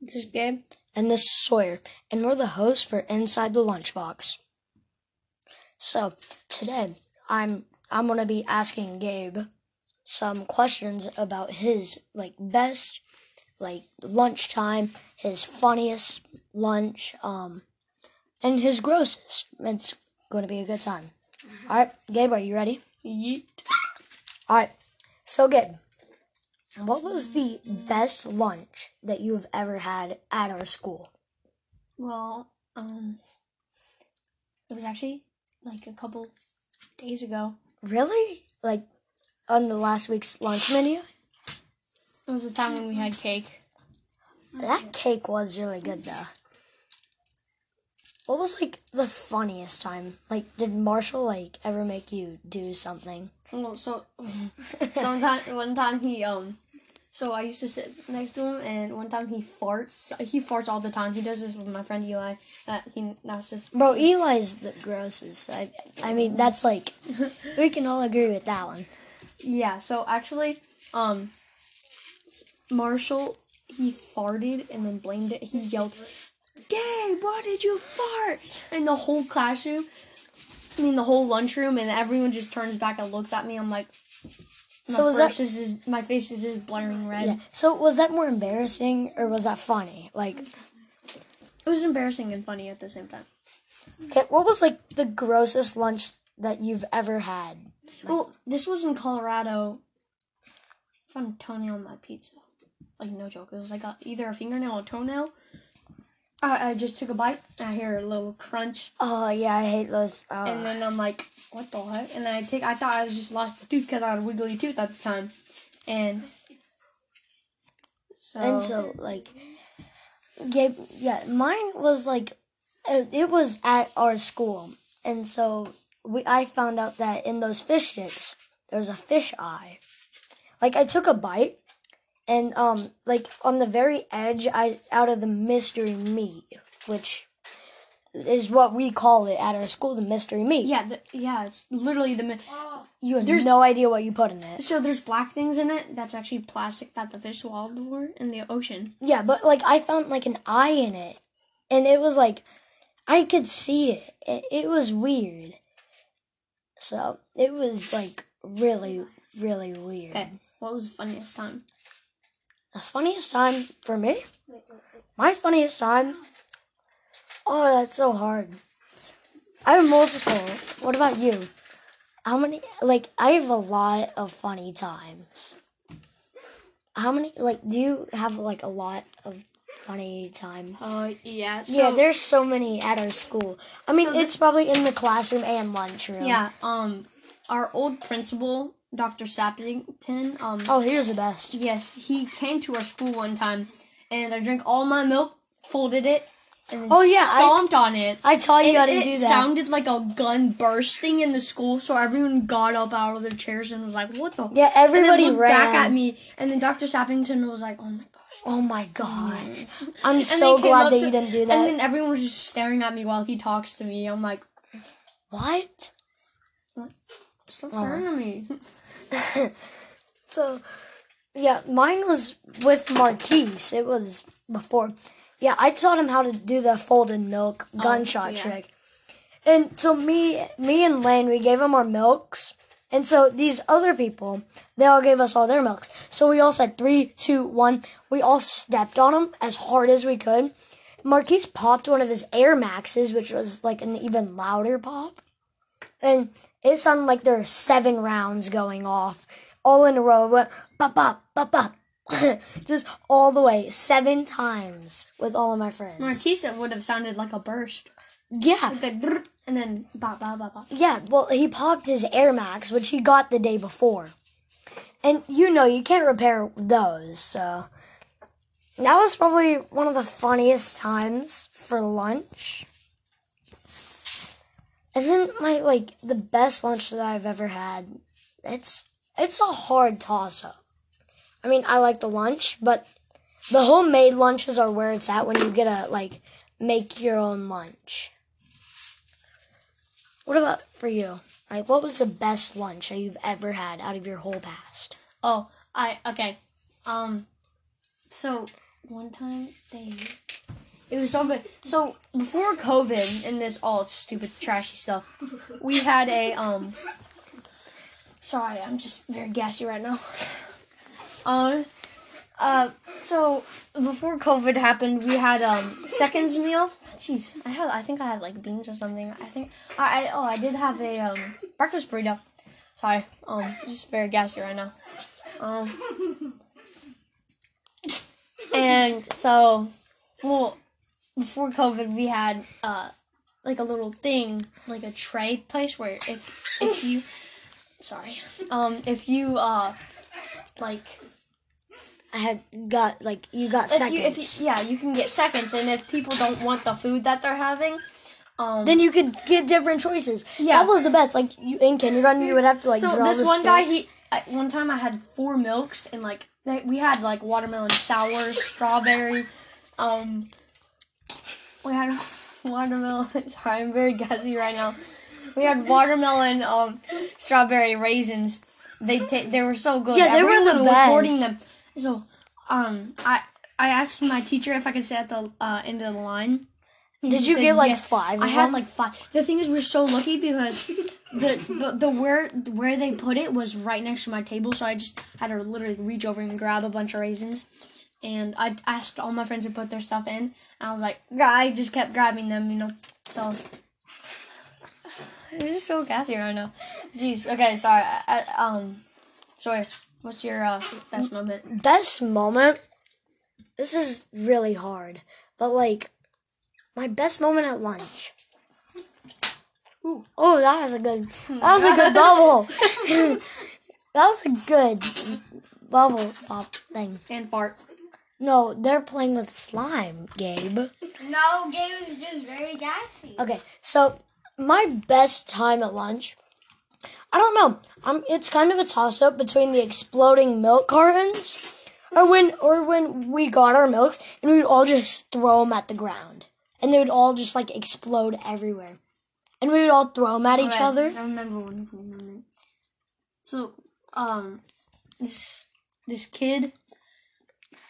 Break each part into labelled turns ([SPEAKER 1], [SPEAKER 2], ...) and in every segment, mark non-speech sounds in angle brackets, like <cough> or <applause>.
[SPEAKER 1] This is Gabe.
[SPEAKER 2] and this is Sawyer, and we're the hosts for Inside the Lunchbox. So today, I'm I'm gonna be asking Gabe some questions about his like best like lunchtime, his funniest lunch, um, and his grossest. It's gonna be a good time. All right, Gabe, are you ready?
[SPEAKER 1] Yeet.
[SPEAKER 2] All right, so Gabe, what was the best lunch that you have ever had at our school?
[SPEAKER 1] Well, um, it was actually like a couple days ago.
[SPEAKER 2] Really? Like on the last week's lunch menu?
[SPEAKER 1] It was the time when we had cake.
[SPEAKER 2] That cake was really good though. What was like the funniest time? Like did Marshall like ever make you do something?
[SPEAKER 1] Well, <laughs> so sometimes one time he um, so I used to sit next to him, and one time he farts. He farts all the time. He does this with my friend Eli. That he that's just
[SPEAKER 2] Bro, Eli's the grossest. I I mean that's like we can all agree with that one.
[SPEAKER 1] yeah. So actually, um, s- Marshall he farted and then blamed it. He yelled, "Gabe, why did you fart?" And the whole classroom, I mean the whole lunchroom, and everyone just turns back and looks at me. I'm like, my
[SPEAKER 2] So was that-
[SPEAKER 1] face is just- my face is just blaring red.
[SPEAKER 2] Yeah. So was that more embarrassing or was that funny? Like
[SPEAKER 1] It was embarrassing and funny at the same time.
[SPEAKER 2] okay, what was like the grossest lunch that you've ever had?
[SPEAKER 1] Well, this was in Colorado. I found a toenail on my pizza. Like, no joke. It was like a, either a fingernail or a toenail. I, I just took a bite. and I hear a little crunch.
[SPEAKER 2] Oh yeah, I hate those. Oh.
[SPEAKER 1] And then I'm like, what the heck? And then I take, I thought I was just lost a tooth because I had a wiggly tooth at the time. And so,
[SPEAKER 2] And so, like, Gabe, yeah, mine was like, it it was at our school, and so we I found out that in those fish sticks there's a fish eye. Like I took a bite, and um, like on the very edge, I out of the mystery meat, which is what we call it at our school, the mystery meat.
[SPEAKER 1] yeah, the, yeah, it's literally the. mi-
[SPEAKER 2] you have
[SPEAKER 1] there's-
[SPEAKER 2] no idea what you put in it.
[SPEAKER 1] So there's black things in it that's actually plastic that the fish swallowed were in the ocean.
[SPEAKER 2] Yeah, but like I found like an eye in it, and it was like I could see it. It, it was weird. So it was like really, really weird.
[SPEAKER 1] Okay, what was the funniest time?
[SPEAKER 2] The funniest time for me, my funniest time. Oh, that's so hard. I have multiple. What about you? How many? Like I have a lot of funny times. How many? Like, do you have like a lot of funny times?
[SPEAKER 1] Oh yeah. So,
[SPEAKER 2] yeah, there's so many at our school. I mean,
[SPEAKER 1] So
[SPEAKER 2] it's probably in the classroom and lunchroom.
[SPEAKER 1] yeah. Um, our old principal, Dr. Sappington. Um,
[SPEAKER 2] Oh, here's the best.
[SPEAKER 1] yes, he came to our school one time, and I drank all my milk, folded it, and then
[SPEAKER 2] Oh, yeah, I-
[SPEAKER 1] stomped on it.
[SPEAKER 2] I taught you
[SPEAKER 1] And
[SPEAKER 2] how to
[SPEAKER 1] it
[SPEAKER 2] do that.
[SPEAKER 1] sounded like a gun bursting in the school, so everyone got up out of their chairs and was like, "What the?"
[SPEAKER 2] yeah, everybody
[SPEAKER 1] and then looked
[SPEAKER 2] ran.
[SPEAKER 1] back at me, and then Dr. Sappington was like, "Oh my gosh."
[SPEAKER 2] Oh my gosh. I'm
[SPEAKER 1] And
[SPEAKER 2] so
[SPEAKER 1] they came up
[SPEAKER 2] glad that
[SPEAKER 1] to-
[SPEAKER 2] you didn't do that.
[SPEAKER 1] And then everyone was just staring at me while he talks to me. I'm like,
[SPEAKER 2] what? Oh.
[SPEAKER 1] "Stop staring at me."
[SPEAKER 2] So, yeah, mine was with Marquise. It was before. Yeah, I taught him how to do the folded milk gunshot
[SPEAKER 1] yeah.
[SPEAKER 2] trick. And so me, me and Lane, we gave him our milks. And so these other people, they all gave us all their milks. So we all said three, two, one. We all stepped on him as hard as we could. Marquise popped one of his Air Maxes, which was like an even louder pop. And it sounded like there were seven rounds going off all in a row. It went bop, bop, bop, bop. <laughs> Just all the way, seven times with all of my friends.
[SPEAKER 1] Marquisa would have sounded like a burst.
[SPEAKER 2] Yeah.
[SPEAKER 1] Like a brrr, and then ba ba ba ba.
[SPEAKER 2] Yeah, well, he popped his Air Max, which he got the day before. And you know, you can't repair those, so. That was probably one of the funniest times for lunch. And then my like the best lunch that I've ever had. It's it's a hard toss up. I mean, I like the lunch, but the homemade lunches are where it's at when you get to like make your own lunch. What about for you? Like, what was the best lunch that you've ever had out of your whole past?
[SPEAKER 1] Oh, I okay. Um, so one time they it was so good. So before COVID and this all stupid trashy stuff, we had a um. Sorry, I'm just very gassy right now. Um, uh, so before COVID happened, we had um seconds meal. Jeez, I had I think I had like beans or something. I think I, I oh I did have a um breakfast burrito. Sorry, um, just very gassy right now.
[SPEAKER 2] <laughs>
[SPEAKER 1] Um, and so, well, before COVID, we had uh, like a little thing, like a tray place where if if you, sorry, um, if you uh, like
[SPEAKER 2] I had got like you got
[SPEAKER 1] if
[SPEAKER 2] seconds.
[SPEAKER 1] you if you, yeah, you can get seconds, and if people don't want the food that they're having, um,
[SPEAKER 2] then you could get different choices.
[SPEAKER 1] Yeah.
[SPEAKER 2] that was the best. Like you in kindergarten, you would have to like
[SPEAKER 1] so
[SPEAKER 2] draw
[SPEAKER 1] this
[SPEAKER 2] the
[SPEAKER 1] one guy
[SPEAKER 2] stamps.
[SPEAKER 1] he I, one time I had four milks and like they, we had like watermelon sour, strawberry, um, we had <laughs> watermelon. Sorry, I'm very gassy right now. We had watermelon, um, strawberry raisins. They ta- they were so good.
[SPEAKER 2] Yeah, they were the
[SPEAKER 1] Everyone was
[SPEAKER 2] best.
[SPEAKER 1] hoarding them. So, um, I I asked my teacher if I could sit at the uh, end of the line. He
[SPEAKER 2] Did
[SPEAKER 1] just
[SPEAKER 2] you
[SPEAKER 1] said
[SPEAKER 2] get, like,
[SPEAKER 1] yes.
[SPEAKER 2] five
[SPEAKER 1] I
[SPEAKER 2] of
[SPEAKER 1] had
[SPEAKER 2] them?
[SPEAKER 1] like five. The thing is, we're so lucky because the, the the where where they put it was right next to my table, so I just had to literally reach over and grab a bunch of raisins. And I asked all my friends to put their stuff in, and I was like, I just kept grabbing them, you know. So <sighs> it was just so gassy right now. Jeez. Okay, sorry. I, I, um, sorry. What's your uh, best moment?
[SPEAKER 2] best moment. This is really hard, but like my best moment at lunch. Ooh. Oh, that was a good.
[SPEAKER 1] Hmm.
[SPEAKER 2] That was a
[SPEAKER 1] <laughs>
[SPEAKER 2] good bubble. <laughs> that was a good bubble pop thing.
[SPEAKER 1] And fart.
[SPEAKER 2] No, they're playing with slime, Gabe.
[SPEAKER 3] No, Gabe is just very gassy.
[SPEAKER 2] Okay, so my best time at lunch. I don't know. Um, it's kind of a toss up between the exploding milk cartons, or when or when we got our milks and we would all just throw them at the ground, and they would all just like explode everywhere, and we would all throw them at each
[SPEAKER 1] Okay,
[SPEAKER 2] other.
[SPEAKER 1] I remember one funny moment. So, um, this this kid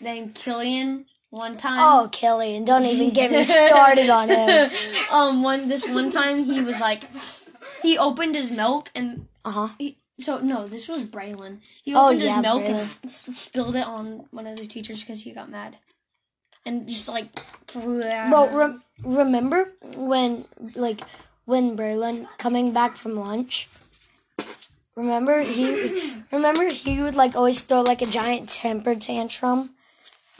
[SPEAKER 1] named Killian one time.
[SPEAKER 2] Oh, Kelly, and don't even get me started on him.
[SPEAKER 1] um, one this one time he was like, he opened his milk and
[SPEAKER 2] Uh huh.
[SPEAKER 1] he, so no, this was Braylon. He
[SPEAKER 2] Oh,
[SPEAKER 1] opened
[SPEAKER 2] yeah,
[SPEAKER 1] his milk and s- spilled it on one of the teachers because he got mad, and just like threw it. at
[SPEAKER 2] But
[SPEAKER 1] her.
[SPEAKER 2] rem remember when, like, when Braylon coming back from lunch? Remember he, remember he would like always throw like a giant temper tantrum,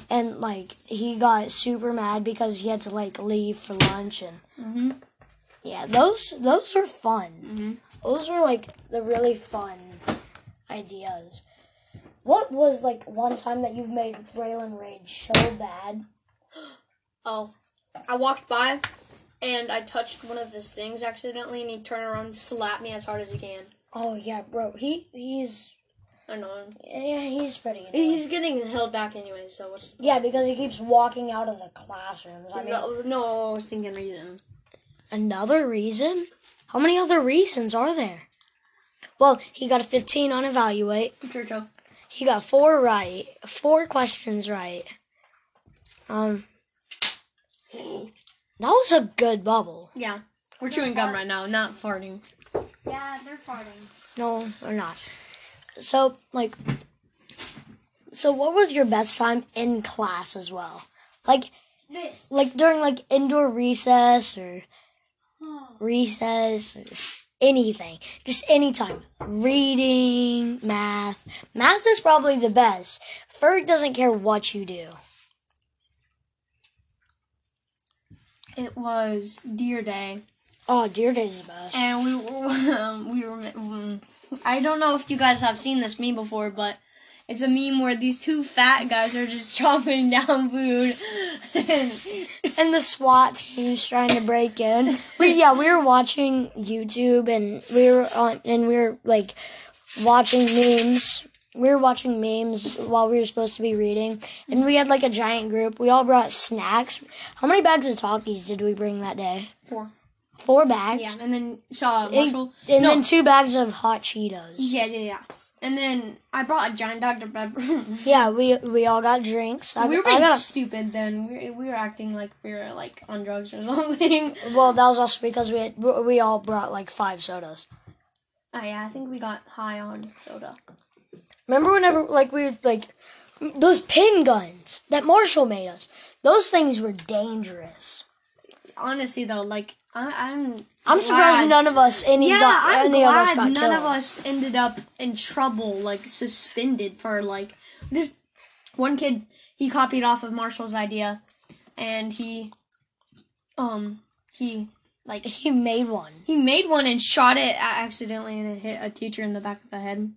[SPEAKER 2] and like he got super mad because he had to like leave for lunch and. Yeah, those those were fun. Those were like the really fun ideas. What was like one time that you've made Braylon rage so bad?
[SPEAKER 1] Oh, I walked by, and I touched one of his things accidentally, and he turned around and slapped me as hard as he can.
[SPEAKER 2] Oh yeah, bro. He he's
[SPEAKER 1] I know.
[SPEAKER 2] yeah he's pretty. annoying.
[SPEAKER 1] He's getting held back anyway, so what's
[SPEAKER 2] yeah, because he keeps walking out of the classrooms. I mean,
[SPEAKER 1] no, no stinking reason?
[SPEAKER 2] another reason. How many other reasons are there? Well, he got a 15 on evaluate.
[SPEAKER 1] Churchill.
[SPEAKER 2] He got four right, four questions right. Um, that was a good bubble.
[SPEAKER 1] Yeah, we're chewing gum right now, not farting.
[SPEAKER 3] Yeah, they're farting.
[SPEAKER 2] No, or not. So like, so what was your best time in class as well? Like,
[SPEAKER 3] This.
[SPEAKER 2] like during like indoor recess or
[SPEAKER 3] Oh.
[SPEAKER 2] recess or anything just anytime reading math math is probably the best ferg doesn't care what you do
[SPEAKER 1] It was Deer Day,
[SPEAKER 2] oh dear days is the best
[SPEAKER 1] and we <laughs> were, um, we were. mm, I don't know if you guys have seen this meme before, but it's a meme where these two fat guys are just <laughs> chomping down food.
[SPEAKER 2] and the swat team's trying to break in we yeah we were watching youtube and we were on and we were like watching memes we were watching memes while we were supposed to be reading and we had like a giant group we all brought snacks how many bags of talkies did we bring that day
[SPEAKER 1] Four.
[SPEAKER 2] four bags
[SPEAKER 1] Yeah, and then saw
[SPEAKER 2] Eight-
[SPEAKER 1] Marshall.
[SPEAKER 2] and
[SPEAKER 1] no,
[SPEAKER 2] then two bags of hot Cheetos.
[SPEAKER 1] Yeah, yeah, yeah. And then I brought a giant Dr. Pepper. <laughs>
[SPEAKER 2] Yeah, we we all got drinks. I,
[SPEAKER 1] we were
[SPEAKER 2] I
[SPEAKER 1] being
[SPEAKER 2] got a-
[SPEAKER 1] stupid then. We, we were acting like we were like on drugs or <laughs> something.
[SPEAKER 2] well, that was also because we had, we we all brought like five sodas.
[SPEAKER 1] Oh, yeah, I think we got high on soda.
[SPEAKER 2] Remember whenever like we would like those pin guns that Marshall made us. Those things were dangerous.
[SPEAKER 1] Honestly, though, like I, I'm.
[SPEAKER 2] I'm surprised
[SPEAKER 1] glad-
[SPEAKER 2] none of us any
[SPEAKER 1] Yeah,
[SPEAKER 2] got,
[SPEAKER 1] I'm
[SPEAKER 2] any of us
[SPEAKER 1] glad
[SPEAKER 2] got
[SPEAKER 1] none
[SPEAKER 2] killed.
[SPEAKER 1] of us ended up in trouble, like suspended for like. There's one kid he copied off of Marshall's idea, and he, um, he like
[SPEAKER 2] He made one.
[SPEAKER 1] he made one and shot it a- accidentally and it hit a teacher in the back of the head,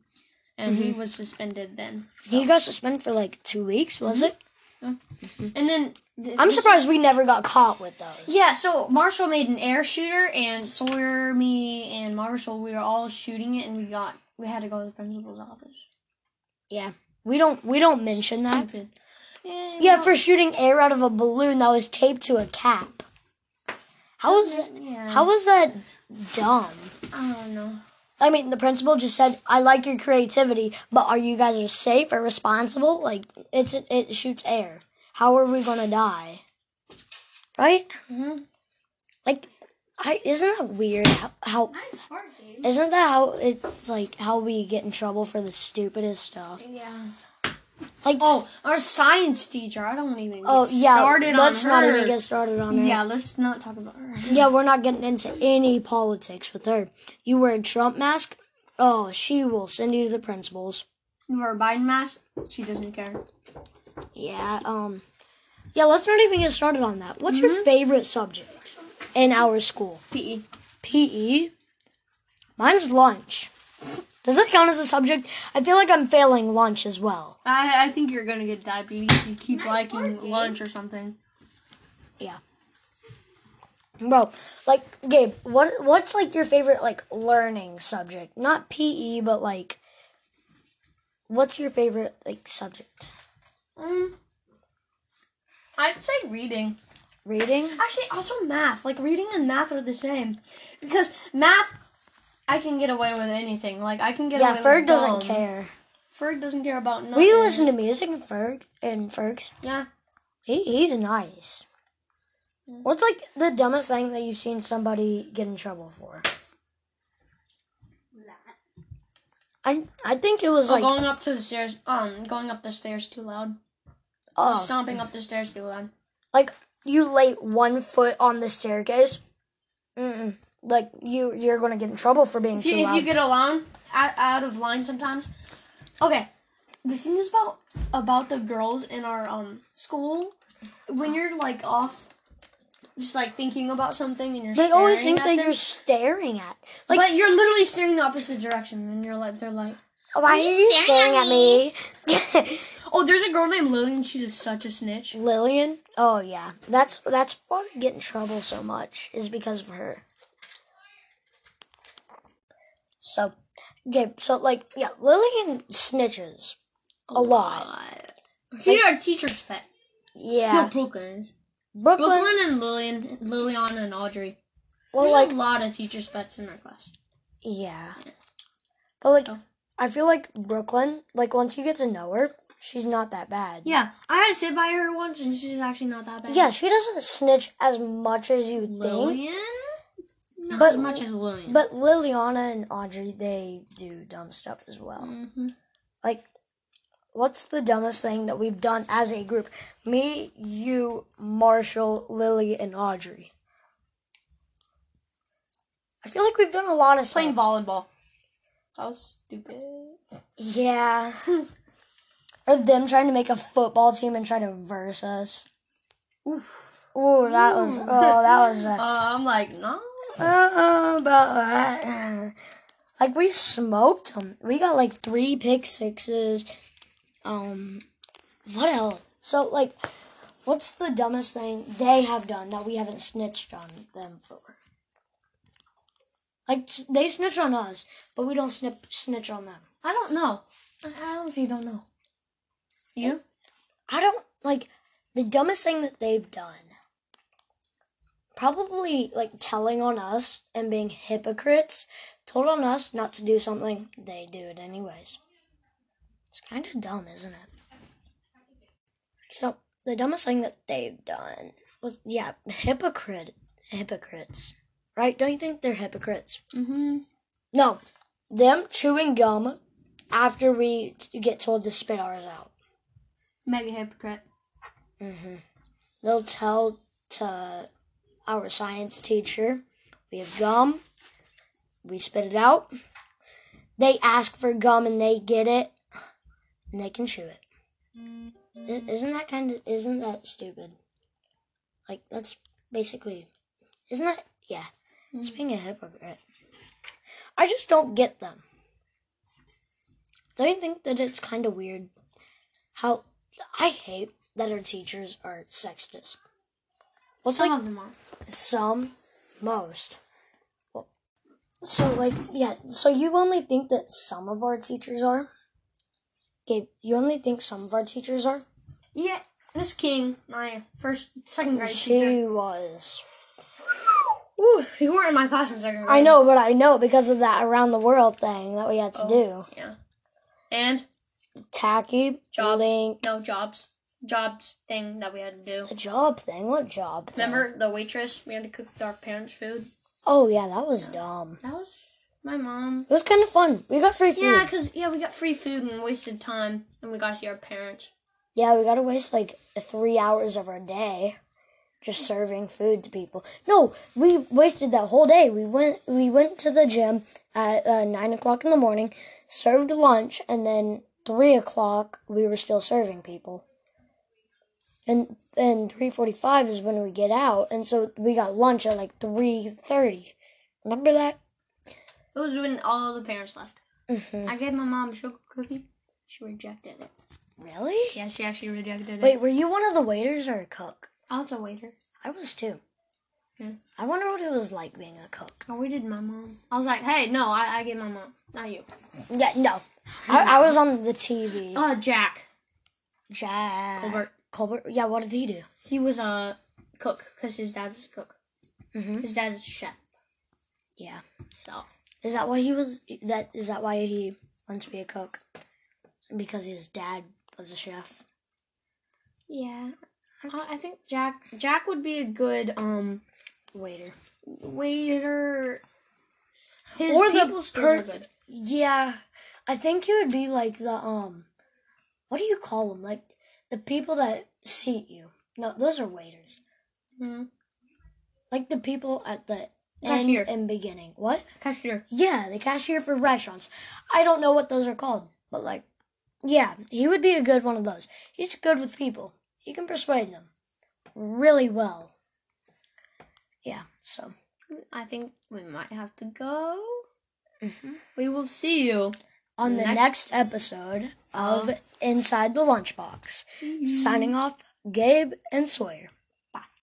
[SPEAKER 1] and he
[SPEAKER 2] Mm-hmm.
[SPEAKER 1] was suspended then.
[SPEAKER 2] He got suspended for like two weeks,
[SPEAKER 1] Mm-hmm.
[SPEAKER 2] was it?
[SPEAKER 1] And then th-
[SPEAKER 2] I'm
[SPEAKER 1] this-
[SPEAKER 2] surprised we never got caught with those.
[SPEAKER 1] Yeah, so Marshall made an air shooter, and Sawyer, me, and Marshall, we were all shooting it, and we got we had to go to the principal's office.
[SPEAKER 2] Yeah, we don't we don't mention that.
[SPEAKER 1] Stupid. Yeah,
[SPEAKER 2] Yeah, for shooting air out of a balloon that was taped to a cap. How was that?
[SPEAKER 1] Yeah.
[SPEAKER 2] How was that dumb?
[SPEAKER 1] I don't know.
[SPEAKER 2] I mean, the principal just said, "I like your creativity, but are you guys are safe or responsible? Like it's it shoots air. How are we gonna die? Mm-hmm. Right?
[SPEAKER 1] Mhm.
[SPEAKER 2] Like, I isn't that weird? How, how
[SPEAKER 3] Nice fart, Gabe.
[SPEAKER 2] isn't that how it's like how we get in trouble for the stupidest stuff?
[SPEAKER 3] Yeah.
[SPEAKER 2] Like, oh,
[SPEAKER 1] Oh, our science teacher. I don't even. Get
[SPEAKER 2] yeah,
[SPEAKER 1] started
[SPEAKER 2] let's
[SPEAKER 1] on
[SPEAKER 2] not
[SPEAKER 1] her.
[SPEAKER 2] even get started on it.
[SPEAKER 1] yeah, let's not talk about her.
[SPEAKER 2] Yeah, we're not getting into any politics with her. You wear a Trump mask? Oh, she will send you to the principal's.
[SPEAKER 1] You wear a Biden mask. She doesn't care.
[SPEAKER 2] Yeah, um Yeah, let's not even get started on that. What's your favorite subject in our school?
[SPEAKER 1] PE.
[SPEAKER 2] PE? Mine's lunch. Does that count as a subject? I feel like I'm failing lunch as well.
[SPEAKER 1] I I think you're gonna get diabetes if you keep liking
[SPEAKER 3] working.
[SPEAKER 1] lunch or something.
[SPEAKER 2] Yeah. Bro, like Gabe, what what's like your favorite like learning subject? Not PE, but like what's your favorite like subject?
[SPEAKER 1] Mm. I'd say reading.
[SPEAKER 2] Reading?
[SPEAKER 1] Actually, also math. Like reading and math are the same because math, I can get away with anything. Like I can get
[SPEAKER 2] Yeah,
[SPEAKER 1] away.
[SPEAKER 2] Ferg
[SPEAKER 1] with
[SPEAKER 2] doesn't
[SPEAKER 1] dumb.
[SPEAKER 2] care.
[SPEAKER 1] Ferg doesn't care about nothing.
[SPEAKER 2] We listen to music and Ferg and Ferg's.
[SPEAKER 1] Yeah.
[SPEAKER 2] He he's nice. What's like the dumbest thing that you've seen somebody get in trouble for?
[SPEAKER 3] That.
[SPEAKER 2] I I think it was
[SPEAKER 1] Oh,
[SPEAKER 2] like
[SPEAKER 1] going up to the stairs. Um, going up the stairs too loud.
[SPEAKER 2] oh,
[SPEAKER 1] Stomping up the stairs too loud.
[SPEAKER 2] like you lay one foot on the staircase. Mm-mm. Like you you're gonna get in trouble for being
[SPEAKER 1] If
[SPEAKER 2] too
[SPEAKER 1] you, if
[SPEAKER 2] loud.
[SPEAKER 1] you get alone, out, out of line sometimes. Okay, the thing is about about the girls in our um school. When you're like off, just like thinking about something, and you're
[SPEAKER 2] they always
[SPEAKER 1] staring
[SPEAKER 2] think
[SPEAKER 1] at
[SPEAKER 2] that
[SPEAKER 1] them,
[SPEAKER 2] you're staring at. Like
[SPEAKER 1] but you're literally staring the opposite direction, and you're like they're like,
[SPEAKER 2] why are you staring at me?
[SPEAKER 1] <laughs> oh, there's a girl named Lillian. She's a, such a snitch.
[SPEAKER 2] Lillian? Oh yeah, that's that's why we get in trouble so much is because of her. So, okay, so like yeah, Lillian snitches a lot.
[SPEAKER 1] She's our teacher's pet. No,
[SPEAKER 2] Yeah,
[SPEAKER 1] Brooklyn's.
[SPEAKER 2] Brooklyn.
[SPEAKER 1] Brooklyn and Lillian, Lillian and Audrey.
[SPEAKER 2] well,
[SPEAKER 1] There's
[SPEAKER 2] like
[SPEAKER 1] a lot of teachers' pets in our class.
[SPEAKER 2] yeah, but like
[SPEAKER 1] Oh.
[SPEAKER 2] I feel like Brooklyn. Like once you get to know her, she's not that bad.
[SPEAKER 1] Yeah, I had to sit by her once, and she's actually not that bad.
[SPEAKER 2] Yeah, she doesn't snitch as much as you think.
[SPEAKER 1] Lillian, not
[SPEAKER 2] But-
[SPEAKER 1] as much as Lillian.
[SPEAKER 2] But Liliana and Audrey, they do dumb stuff as well.
[SPEAKER 1] Mhm.
[SPEAKER 2] Like, what's the dumbest thing that we've done as a group? Me, you, Marshall, Lily, and Audrey. I feel like we've done a lot of stuff.
[SPEAKER 1] playing volleyball, that was stupid.
[SPEAKER 2] yeah. or them trying to make a football team and try to verse us. Ooh, that was oh, that was uh,
[SPEAKER 1] Uh, I'm like, no.
[SPEAKER 2] Uh-uh, about that. uh, Like we smoked them. We got like three pick sixes. Um, what else? So like, what's the dumbest thing they have done that we haven't snitched on them for? Like s- they snitch on us, but we don't snip, snitch on them.
[SPEAKER 1] I don't know. I I honestly don't know. Oh, You?
[SPEAKER 2] I don't like the dumbest thing that they've done. Probably like telling on us and being hypocrites, told on us not to do something, they do it anyways. It's kind of dumb, isn't it? So the dumbest thing that they've done was yeah, hypocrite hypocrites. Right? Don't you think they're hypocrites?
[SPEAKER 1] Mm-hmm.
[SPEAKER 2] No. Them chewing gum after we t- get told to spit ours out.
[SPEAKER 1] Mega hypocrite.
[SPEAKER 2] Mm-hmm. They'll tell to our science teacher, we have gum, we spit it out. They ask for gum and they get it, and they can chew it. I- Isn't that kind of isn't that stupid? Like that's basically, isn't that yeah? It's being a hypocrite. I just don't get them. Don't you think that it's kind of weird how I hate that our teachers are sexist? Well, it's like
[SPEAKER 1] Some of them are.
[SPEAKER 2] some, most. Well, So like yeah, so you only think that some of our teachers are. Gabe, you only think some of our teachers are.
[SPEAKER 1] Yeah, Miss King, my first second grade teacher.
[SPEAKER 2] She was.
[SPEAKER 1] Ooh, you weren't in my class in second grade.
[SPEAKER 2] I know, but I know because of that around the world thing that we had
[SPEAKER 1] Oh.
[SPEAKER 2] to do.
[SPEAKER 1] Yeah. And
[SPEAKER 2] Tacky
[SPEAKER 1] jobs.
[SPEAKER 2] link
[SPEAKER 1] No jobs. Jobs thing that we had to do.
[SPEAKER 2] the job thing. What job? Thing?
[SPEAKER 1] Remember the waitress? We had to cook our parents' food.
[SPEAKER 2] Oh yeah, that was dumb.
[SPEAKER 1] That was my mom.
[SPEAKER 2] It was kind of fun. We got free food.
[SPEAKER 1] Yeah,
[SPEAKER 2] Yeah,
[SPEAKER 1] cause yeah, we got free food and wasted time, and we got to see our parents.
[SPEAKER 2] we got to waste like three hours of our day just serving food to people. No, we wasted that whole day. We went we went to the gym at uh, nine o'clock in the morning, served lunch, and then three o'clock we were still serving people. And and three forty five is when we get out, and so we got lunch at like three thirty. Remember that?
[SPEAKER 1] It was when all the parents left.
[SPEAKER 2] Mm-hmm.
[SPEAKER 1] I gave my mom a sugar cookie. She rejected it.
[SPEAKER 2] Really?
[SPEAKER 1] Yeah, she actually rejected it.
[SPEAKER 2] Wait, were you one of the waiters or a cook?
[SPEAKER 1] I was a waiter.
[SPEAKER 2] I was too.
[SPEAKER 1] Yeah.
[SPEAKER 2] I wonder what it was like being a cook.
[SPEAKER 1] I waited Oh, my mom. I was like, hey, no, I, I get my mom, not you.
[SPEAKER 2] Yeah, no. I, I was on the TV.
[SPEAKER 1] Oh, Jack.
[SPEAKER 2] Jack.
[SPEAKER 1] Colbert.
[SPEAKER 2] Colbert. Yeah, what did he do?
[SPEAKER 1] He was a cook because his dad was a cook.
[SPEAKER 2] Mhm.
[SPEAKER 1] His dad's a chef.
[SPEAKER 2] Yeah.
[SPEAKER 1] So
[SPEAKER 2] Is that why he was that is that why he wanted to be a cook? Because his dad was a chef.
[SPEAKER 1] yeah, I, I think Jack Jack would be a good um
[SPEAKER 2] Waiter.
[SPEAKER 1] waiter. His
[SPEAKER 2] Or the
[SPEAKER 1] people skills
[SPEAKER 2] per-
[SPEAKER 1] are good.
[SPEAKER 2] Yeah. I think he would be like the um what do you call them? Like the people that seat you. No, those are waiters.
[SPEAKER 1] hmm
[SPEAKER 2] Like the people at the
[SPEAKER 1] Cashier.
[SPEAKER 2] end and beginning. What?
[SPEAKER 1] Cashier.
[SPEAKER 2] Yeah, the cashier for restaurants. I don't know what those are called, but like, yeah, he would be a good one of those. He's good with people. He can persuade them really well. Yeah, so
[SPEAKER 1] I think we might have to go.
[SPEAKER 2] Mhm.
[SPEAKER 1] We will see you.
[SPEAKER 2] on the next,
[SPEAKER 1] Next-
[SPEAKER 2] episode of Inside the Lunchbox, signing off, Gabe and Sawyer.